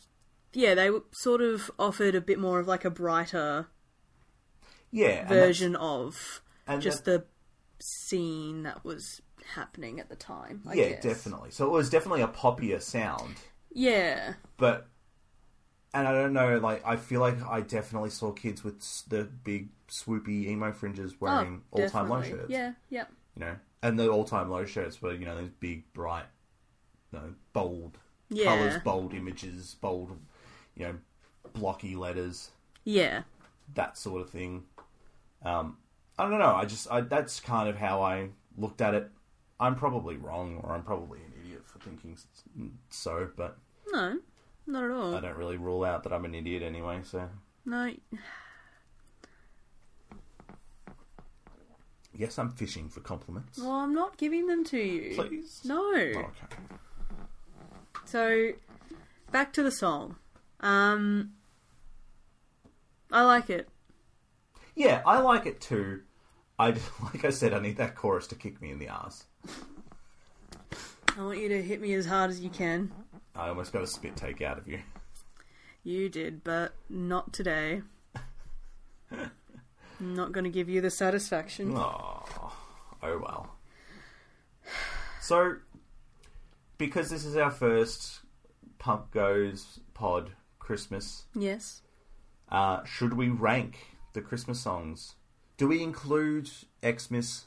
S2: yeah, they were sort of offered a bit more of like a brighter
S1: yeah and that's-
S2: version of
S1: and
S2: just
S1: that-
S2: the scene that was happening at the time. I
S1: yeah
S2: guess.
S1: definitely so it was definitely a poppier sound
S2: Yeah,
S1: but and i don't know like i feel like i definitely saw kids with s- the big swoopy emo fringes
S2: oh,
S1: wearing all-time low
S2: definitely.
S1: shirts
S2: Yeah, yeah,
S1: you know. And the all-time low shirts were, you know, those big, bright, you know, bold
S2: Yeah.
S1: colors, bold images, bold, you know, blocky letters,
S2: yeah,
S1: that sort of thing. Um, I don't know. I just I, that's kind of how I looked at it. I'm probably wrong, or I'm probably an idiot for thinking s- so, but
S2: no, not at
S1: I
S2: all.
S1: don't really rule out that I'm an idiot anyway. So
S2: No,
S1: yes, I'm fishing for compliments.
S2: well, I'm not giving them to you.
S1: Please,
S2: No.
S1: Oh, okay.
S2: So, back to the song. Um, I like it.
S1: Yeah, I like it too. I like I said, I need that chorus to kick me in the ass.
S2: I want you to hit me as hard as you can.
S1: I almost got a spit take out of you.
S2: You did, but not today. not going to give you the satisfaction.
S1: Oh, oh well. So, because this is our first Punk Goes pod Christmas,
S2: Yes.
S1: uh, should we rank the Christmas songs? Do we include Xmas?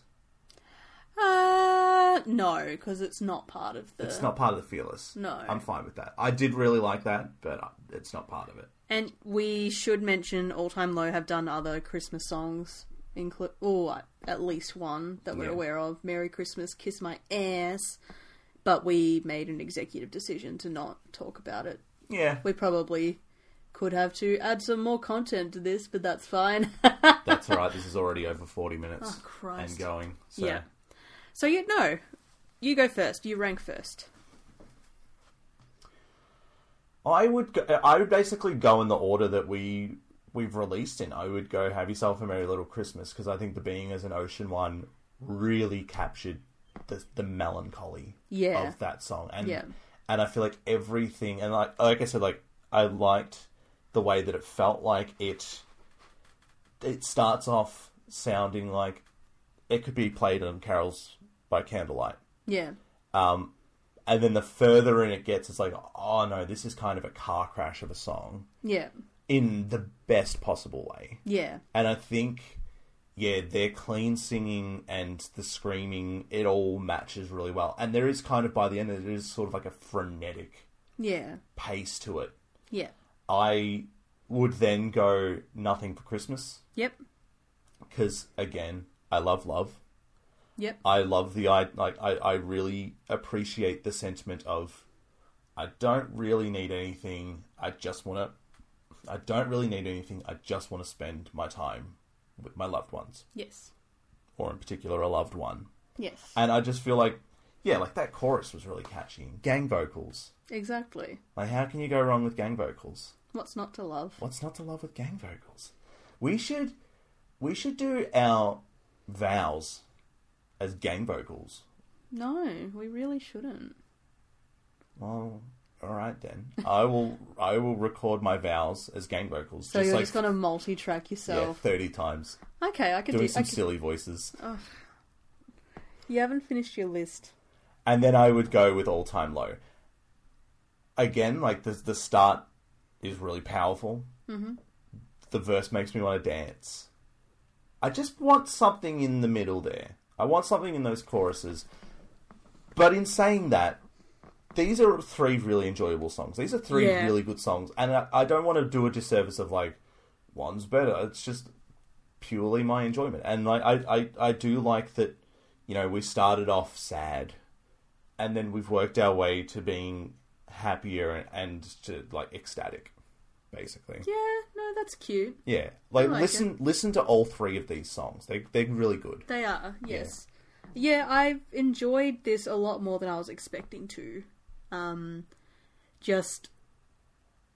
S2: Uh, no, because it's not part of the.
S1: It's not part of the Fearless.
S2: No.
S1: I'm fine with that. I did really like that, but uh, it's not part of it.
S2: And we should mention All Time Low have done other Christmas songs, include or at least one that we're
S1: Yeah.
S2: aware of. Merry Christmas, Kiss My Ass. But we made an executive decision to not talk about it.
S1: Yeah,
S2: We probably could have to add some more content to this, but that's fine.
S1: that's all right. This is already over 40 minutes
S2: Oh, Christ.
S1: and going. So.
S2: Yeah. So you no, you go first. You rank first.
S1: I would go, I would basically go in the order that we we've released in. I would go have yourself a merry little Christmas because I think the being as an ocean one really captured the the melancholy
S2: Yeah.
S1: of that song and
S2: Yeah.
S1: and I feel like everything and like like I said like I liked the way that it felt like it it starts off sounding like it could be played on carols by candlelight
S2: Yeah.
S1: and then the further in it gets, it's like, oh no, this is kind of a car crash of a song
S2: Yeah.
S1: in the best possible way.
S2: Yeah.
S1: And I think, yeah, their clean singing and the screaming, it all matches really well. And there is kind of by the end, there is sort of like a frenetic
S2: Yeah.
S1: pace to it.
S2: Yeah.
S1: I would then go Nothing for Christmas
S2: Yep.
S1: because, again, I love love.
S2: Yep.
S1: I love the I like I, I really appreciate the sentiment of I don't really need anything. I just want to I don't really need anything. I just want to spend my time with my loved ones
S2: Yes.
S1: or in particular a loved one.
S2: Yes.
S1: And I just feel like yeah, like that chorus was really catchy. Gang vocals.
S2: Exactly.
S1: Like how can you go wrong with gang vocals?
S2: What's not to love?
S1: What's not to love with gang vocals? We should we should do our vows as gang vocals.
S2: No, we really shouldn't.
S1: Well, all right then. I will. I will record my vows as gang vocals.
S2: So you're
S1: like,
S2: just gonna multi-track
S1: yeah,
S2: yourself.
S1: thirty times
S2: Okay, I could do.
S1: doing
S2: I
S1: some
S2: could-
S1: silly voices,
S2: You haven't finished your list.
S1: and then I would go with all time low. Again, like the the start is really powerful. Mm-hmm. The verse makes me want to dance. I just want something in the middle there. I want something in those choruses. But in saying that, these are three really enjoyable songs. These are three
S2: Yeah.
S1: really good songs, and I, I don't want to do a disservice of like one's better. It's just purely my enjoyment, and like I, I, I do like that. You know, we started off sad, and then we've worked our way to being happier and, and to like ecstatic, basically.
S2: Yeah, no, that's cute.
S1: Yeah, like,
S2: like
S1: listen, listen to all three of these songs. They they're really good.
S2: They are, yes. Yeah, I've enjoyed this a lot more than I was expecting to. Um, just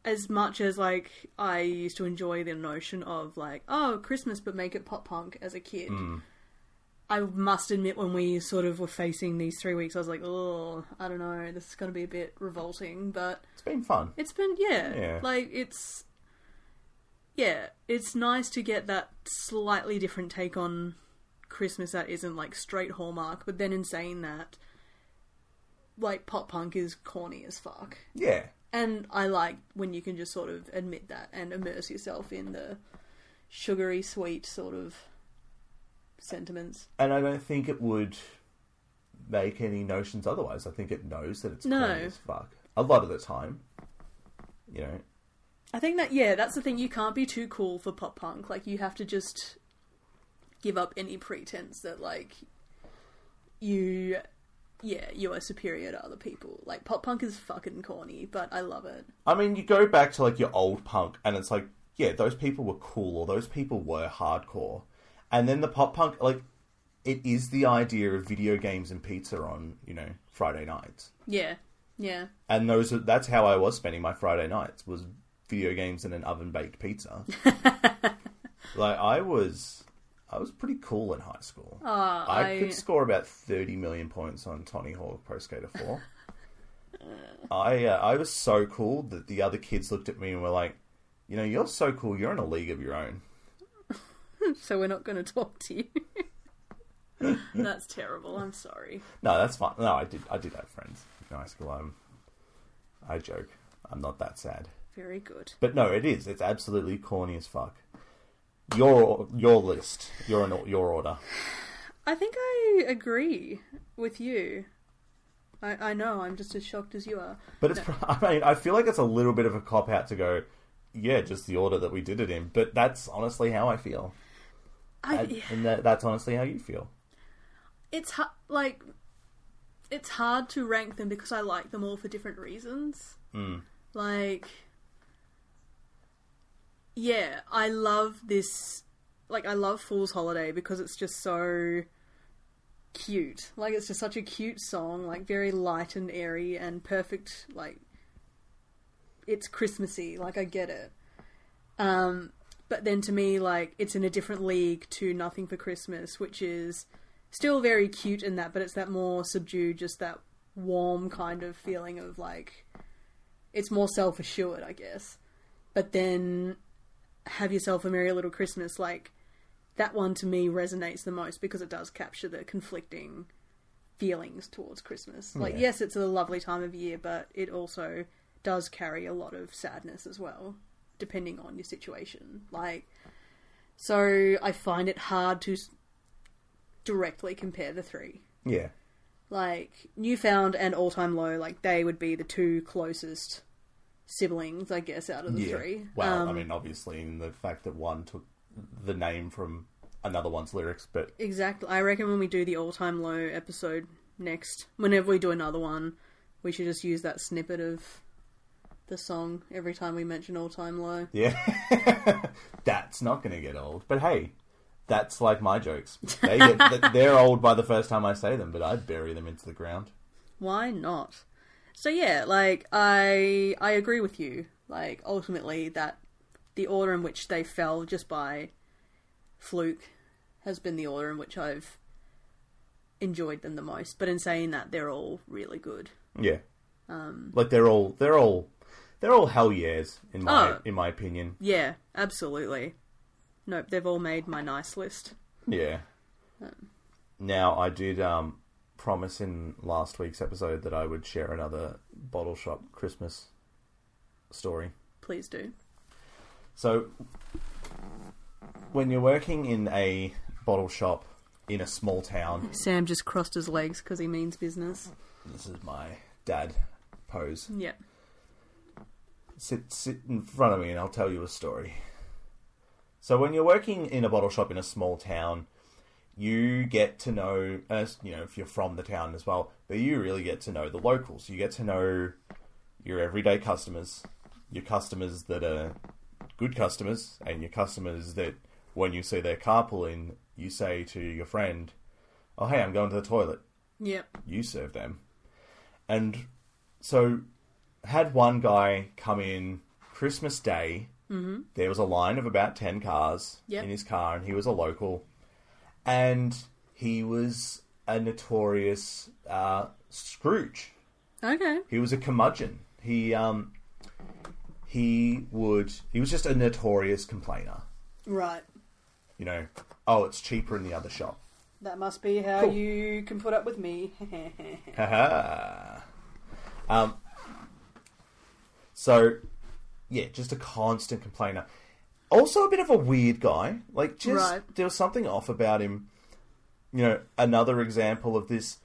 S2: as much as like I used to enjoy the notion of like, oh, Christmas, but make it pop punk as a kid.
S1: Hmm.
S2: I must admit, when we sort of were facing these three weeks, I was like, oh, I don't know, this is going to be a bit revolting, but
S1: It's been fun.
S2: it's been yeah,
S1: Yeah.
S2: like it's yeah, it's nice to get that slightly different take on Christmas that isn't like straight Hallmark. But then in saying that, like pop punk is corny as fuck,
S1: Yeah,
S2: and I like when you can just sort of admit that and immerse yourself in the sugary sweet sort of sentiments.
S1: and I don't think it would make any notions otherwise. I think it knows that it's
S2: No.
S1: corny as fuck a lot of the time. You know,
S2: I think that yeah, that's the thing. You can't be too cool for pop punk. Like you have to just give up any pretense that like you, yeah, you are superior to other people. Like pop punk is fucking corny, but I love it.
S1: I mean, you go back to like your old punk, and it's like, yeah, those people were cool, or those people were hardcore, and then the pop punk, like, it is the idea of video games and pizza on you know Friday nights,
S2: Yeah, yeah,
S1: and those are, that's how I was spending my Friday nights was video games and an oven baked pizza. like I was, I was pretty cool in high school. I,
S2: I-
S1: could score about thirty million points on Tony Hawk Pro Skater Four. I uh, I was so cool that the other kids looked at me and were like, you know, you're so cool. You're in a league of your own.
S2: so we're not going to talk to you. that's terrible. I'm sorry.
S1: No, that's fine. No, I did I did have friends in high school. I'm, I joke. I'm not that sad.
S2: Very good.
S1: But no, it is. It's absolutely corny as fuck. Your your list, your your order.
S2: I think I agree with you. I, I know. I'm just as shocked as you are.
S1: But it's. I mean, I feel like it's a little bit of a cop out to go. Yeah, just the order that we did it in. But that's honestly how I feel,
S2: I,
S1: and, and that, that's honestly how you feel.
S2: it's ha- like it's hard to rank them because I like them all for different reasons. Like, yeah, I love this. Like, I love Fool's Holiday because it's just so cute. Like, it's just such a cute song. Like, very light and airy and perfect. Like, it's Christmassy. Like, I get it. Um, but then to me, like, it's in a different league to Nothing for Christmas, which is still very cute in that, but it's that more subdued, just that warm kind of feeling of like it's more self assured, I guess. But then have yourself a merry little Christmas, like that one to me resonates the most because it does capture the conflicting feelings towards Christmas. Like,
S1: Yeah.
S2: yes, it's a lovely time of year, but it also does carry a lot of sadness as well, depending on your situation. Like, so I find it hard to s- directly compare the three.
S1: Yeah,
S2: Like Newfound and All Time Low, like they would be the two closest siblings, I guess, out of the
S1: yeah.
S2: three.
S1: Well, I
S2: Um,
S1: mean, obviously, in the fact that one took the name from another one's lyrics, but
S2: Exactly. I reckon when we do the all time low episode next, whenever we do another one, we should just use that snippet of the song every time we mention all time low.
S1: yeah, that's not going to get old. But hey, that's like my jokes. They get, th- they're old by the first time I say them, but I bury them into the ground.
S2: Why not? So yeah, like I I agree with you. Like ultimately that the order in which they fell just by fluke has been the order in which I've enjoyed them the most. But in saying that they're all really good.
S1: Yeah, um, like they're all they're all they're all hell yeahs in my
S2: Oh.
S1: in my opinion.
S2: Yeah, absolutely. Nope, they've all made my nice list.
S1: Yeah. Now I did um, promise in last week's episode that I would share another bottle shop Christmas story.
S2: Please do.
S1: So, when you're working in a bottle shop in a small town,
S2: Sam just crossed his legs because he means business.
S1: this is my dad pose.
S2: Yep.
S1: Sit, sit in front of me, and I'll tell you a story. So, when you're working in a bottle shop in a small town, you get to know, uh, you know, if you're from the town as well, but you really get to know the locals. You get to know your everyday customers, your customers that are good customers, and your customers that, when you see their carpooling, you say to your friend, "Oh, hey, I'm going to the toilet."
S2: Yep.
S1: you serve them. And so, had one guy come in Christmas Day. Mm-hmm. There was a line of about 10 cars
S2: Yep.
S1: in his car, and he was a local. And he was a notorious uh, Scrooge.
S2: Okay.
S1: He was a curmudgeon. He, um, he would, he was just a notorious complainer.
S2: Right.
S1: You know, oh, it's cheaper in the other shop.
S2: That must be how
S1: Cool.
S2: you can put up with me.
S1: Haha. um, so, yeah, just a constant complainer. Also, a bit of a weird guy. Like, just
S2: Right.
S1: there was something off about him. You know, another example of this.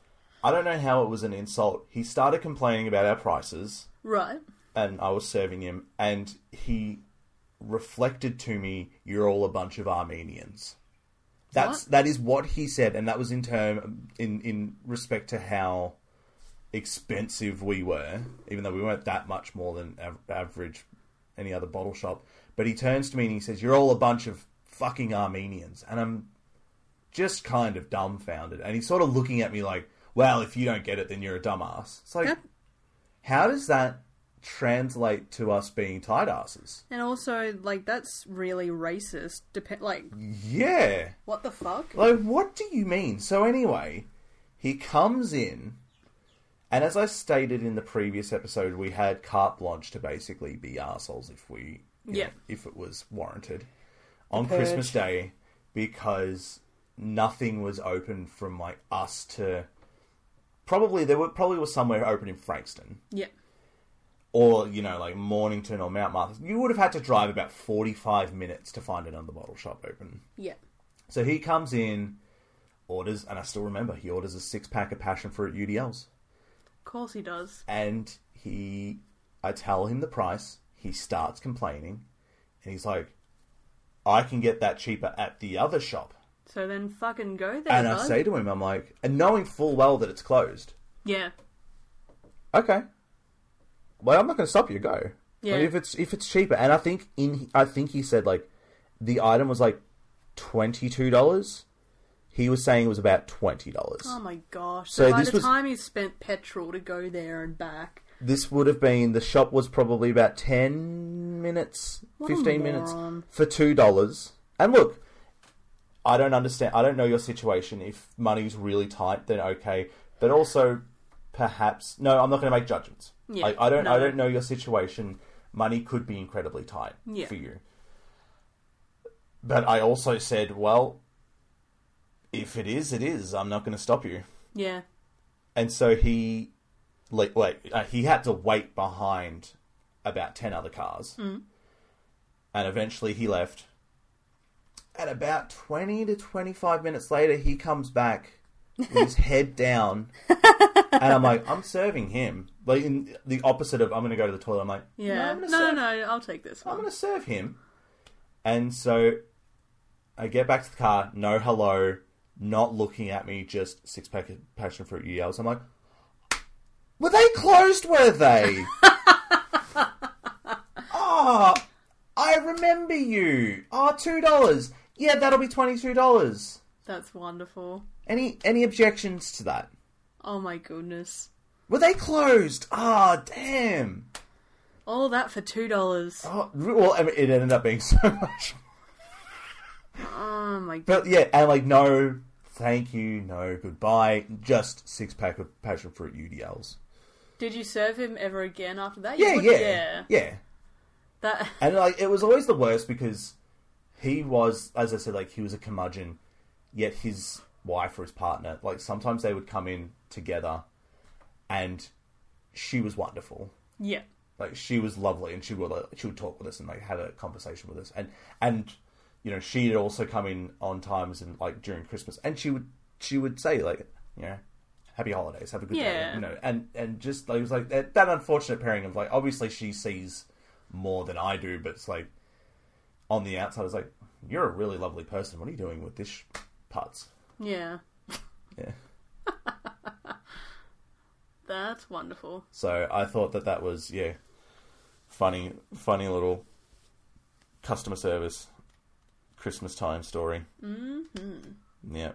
S1: I don't know how it was an insult. He started complaining about our prices,
S2: right.
S1: and I was serving him, and he reflected to me, "You're all a bunch of Armenians." That's
S2: What?
S1: that is what he said, and that was in term in in respect to how expensive we were, even though we weren't that much more than av- average any other bottle shop. But he turns to me and he says, "You're all a bunch of fucking Armenians," and I'm just kind of dumbfounded. And he's sort of looking at me like, "Well, if you don't get it, then you're a dumbass." It's like,
S2: That-
S1: how does that translate to us being tight asses?
S2: And also, like, that's really racist. Dep- like,
S1: Yeah.
S2: what the fuck?
S1: Like, what do you mean? So, anyway, he comes in, and as I stated in the previous episode, we had carte blanche to basically be arseholes if we, you
S2: Yeah.
S1: know, if it was warranted on Christmas Day because nothing was open from like us to probably there were probably was somewhere open in Frankston
S2: Yep.
S1: or you know like Mornington or Mount Martha. You would have had to drive about forty five minutes to find another bottle shop open.
S2: Yep.
S1: So he comes in, orders, and I still remember he orders a six pack of passion fruit UDLs,
S2: Of course he does.
S1: and he, I tell him the price. He starts complaining, and he's like, "I can get that cheaper at the other shop."
S2: So then fucking go there,
S1: And I
S2: bud.
S1: say to him, "I'm like," and knowing full well that it's closed.
S2: yeah.
S1: Okay. Well, I'm not going to stop you. Go.
S2: Yeah.
S1: Like, if it's if it's cheaper, and I think in I think he said like the item was like twenty two dollars. He was saying it was about twenty dollars.
S2: Oh my gosh.
S1: So
S2: So, by
S1: this
S2: the
S1: was-
S2: time he spent petrol to go there and back.
S1: this would have been the shop was probably about 10 minutes
S2: a
S1: 15 minutes
S2: moron.
S1: for two dollars and look i don't understand i don't know your situation if money's really tight then okay but also perhaps no i'm not going to make judgments
S2: Yeah,
S1: Like, i don't i
S2: no.
S1: don't know your situation money could be incredibly tight
S2: Yeah.
S1: for you but i also said well if it is it is i'm not going to stop you
S2: Yeah.
S1: and so he like wait uh, he had to wait behind about 10 other cars and eventually he left and about 20 to 25 minutes later he comes back with his head down and i'm like i'm serving him like in the opposite of i'm gonna go to the toilet i'm like
S2: Yeah.
S1: no, I'm
S2: No,
S1: gonna
S2: no,
S1: serve
S2: no, I'll take this
S1: I'm
S2: one.
S1: going to serve him. And so I get back to the car, no hello, not looking at me, just six pack of passion fruit you yells. I'm like, were they closed? Were they? oh, I remember you. Oh, two dollars. Yeah, that'll be twenty-two dollars.
S2: That's wonderful.
S1: Any any objections to that?
S2: Oh my goodness.
S1: Were they closed? Ah, damn.
S2: All that for two dollars.
S1: Oh, well, I mean, it ended up being so much.
S2: Oh my god.
S1: But yeah, and like no, thank you, no, goodbye. Just six pack of passion fruit UDLs.
S2: Did you serve him ever again after that? You
S1: Yeah,
S2: would-
S1: yeah,
S2: yeah.
S1: yeah,
S2: That
S1: And like it was always the worst because he was, as I said, like he was a curmudgeon. Yet his wife or his partner, like sometimes they would come in together, and she was wonderful.
S2: yeah.
S1: like she was lovely and she would like, she would talk with us and like had a conversation with us and and you know she had also come in on times and like during christmas and she would she would say like you know happy holidays have a good
S2: Yeah.
S1: day you know and and just like it was like that, that unfortunate pairing of like obviously she sees more than i do but it's like on the outside it's like you're a really lovely person what are you doing with this sh- putz
S2: Yeah.
S1: yeah
S2: That's wonderful.
S1: So I thought that that was yeah, funny, funny little customer service Christmas time story. Mm-hmm. Yeah,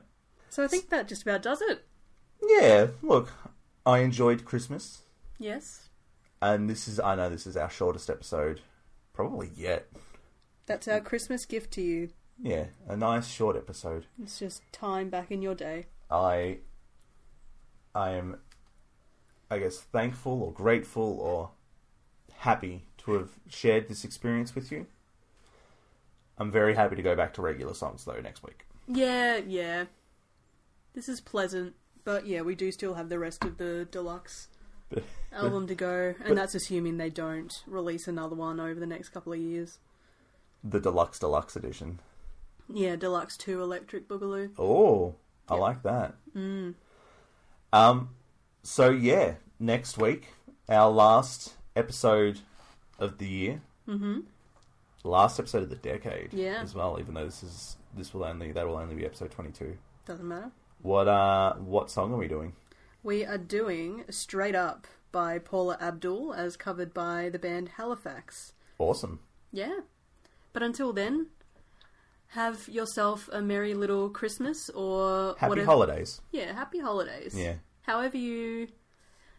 S2: So I think that just about does it.
S1: yeah. Look, I enjoyed Christmas,
S2: Yes.
S1: and this is I know this is our shortest episode probably yet.
S2: That's our Christmas gift to you.
S1: Yeah, a nice short episode.
S2: It's just time back in your day.
S1: I, I am, I guess thankful or grateful or happy to have shared this experience with you. I'm very happy to go back to regular songs though next week.
S2: Yeah, yeah. This is pleasant, but yeah, we do still have the rest of the deluxe album to go, and that's assuming they don't release another one over the next couple of years.
S1: The deluxe deluxe edition.
S2: Yeah, deluxe two electric boogaloo.
S1: Oh, I like that. Um, so yeah, next week our last episode of the year, mm-hmm. last episode of the decade,
S2: Yeah.
S1: as well. Even though this is this will only that will only be episode twenty two.
S2: Doesn't matter.
S1: What uh, what song are we doing?
S2: We are doing Straight Up by Paula Abdul, as covered by the band Halifax.
S1: Awesome.
S2: Yeah. But until then, have yourself a merry little Christmas or
S1: Happy
S2: whatever.
S1: holidays.
S2: Yeah, happy holidays.
S1: Yeah.
S2: However you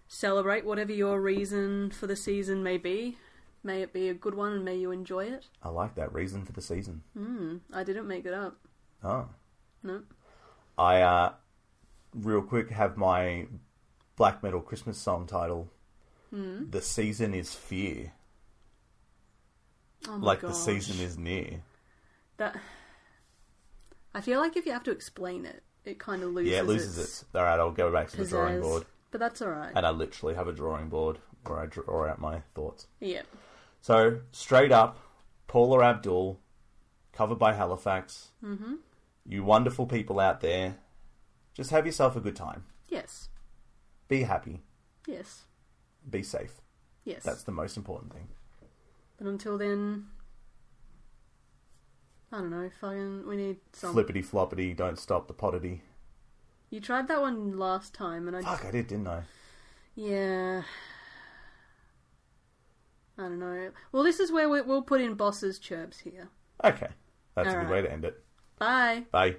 S2: celebrate, whatever your reason for the season may be, may it be a good one and may you enjoy it.
S1: I like that reason for the season.
S2: I didn't make it up.
S1: Oh,
S2: No.
S1: I uh, real quick have my black metal Christmas song title. The season is fear.
S2: Oh my
S1: like
S2: gosh.
S1: the season is near.
S2: That. I feel like if you have to explain it, it kind of loses.
S1: Yeah, it loses
S2: its
S1: it. All right, I'll go back to the drawing
S2: pizzazz.
S1: board,
S2: But that's all right.
S1: and I literally have a drawing board where I draw out my thoughts.
S2: Yeah.
S1: So straight up, Paula Abdul, covered by Halifax. Mm-hmm. You wonderful people out there, just have yourself a good time.
S2: Yes.
S1: Be happy.
S2: Yes.
S1: Be safe.
S2: Yes.
S1: That's the most important thing.
S2: But until then, I don't know. Fucking, we need some.
S1: Flippity floppity, don't stop the potity.
S2: You tried that one last time, and I
S1: Fuck, I did, didn't I?
S2: yeah. I don't know. Well, this is where we, we'll put in bosses chirps here.
S1: Okay, that's a good
S2: Alright.
S1: way to end it.
S2: Bye.
S1: Bye.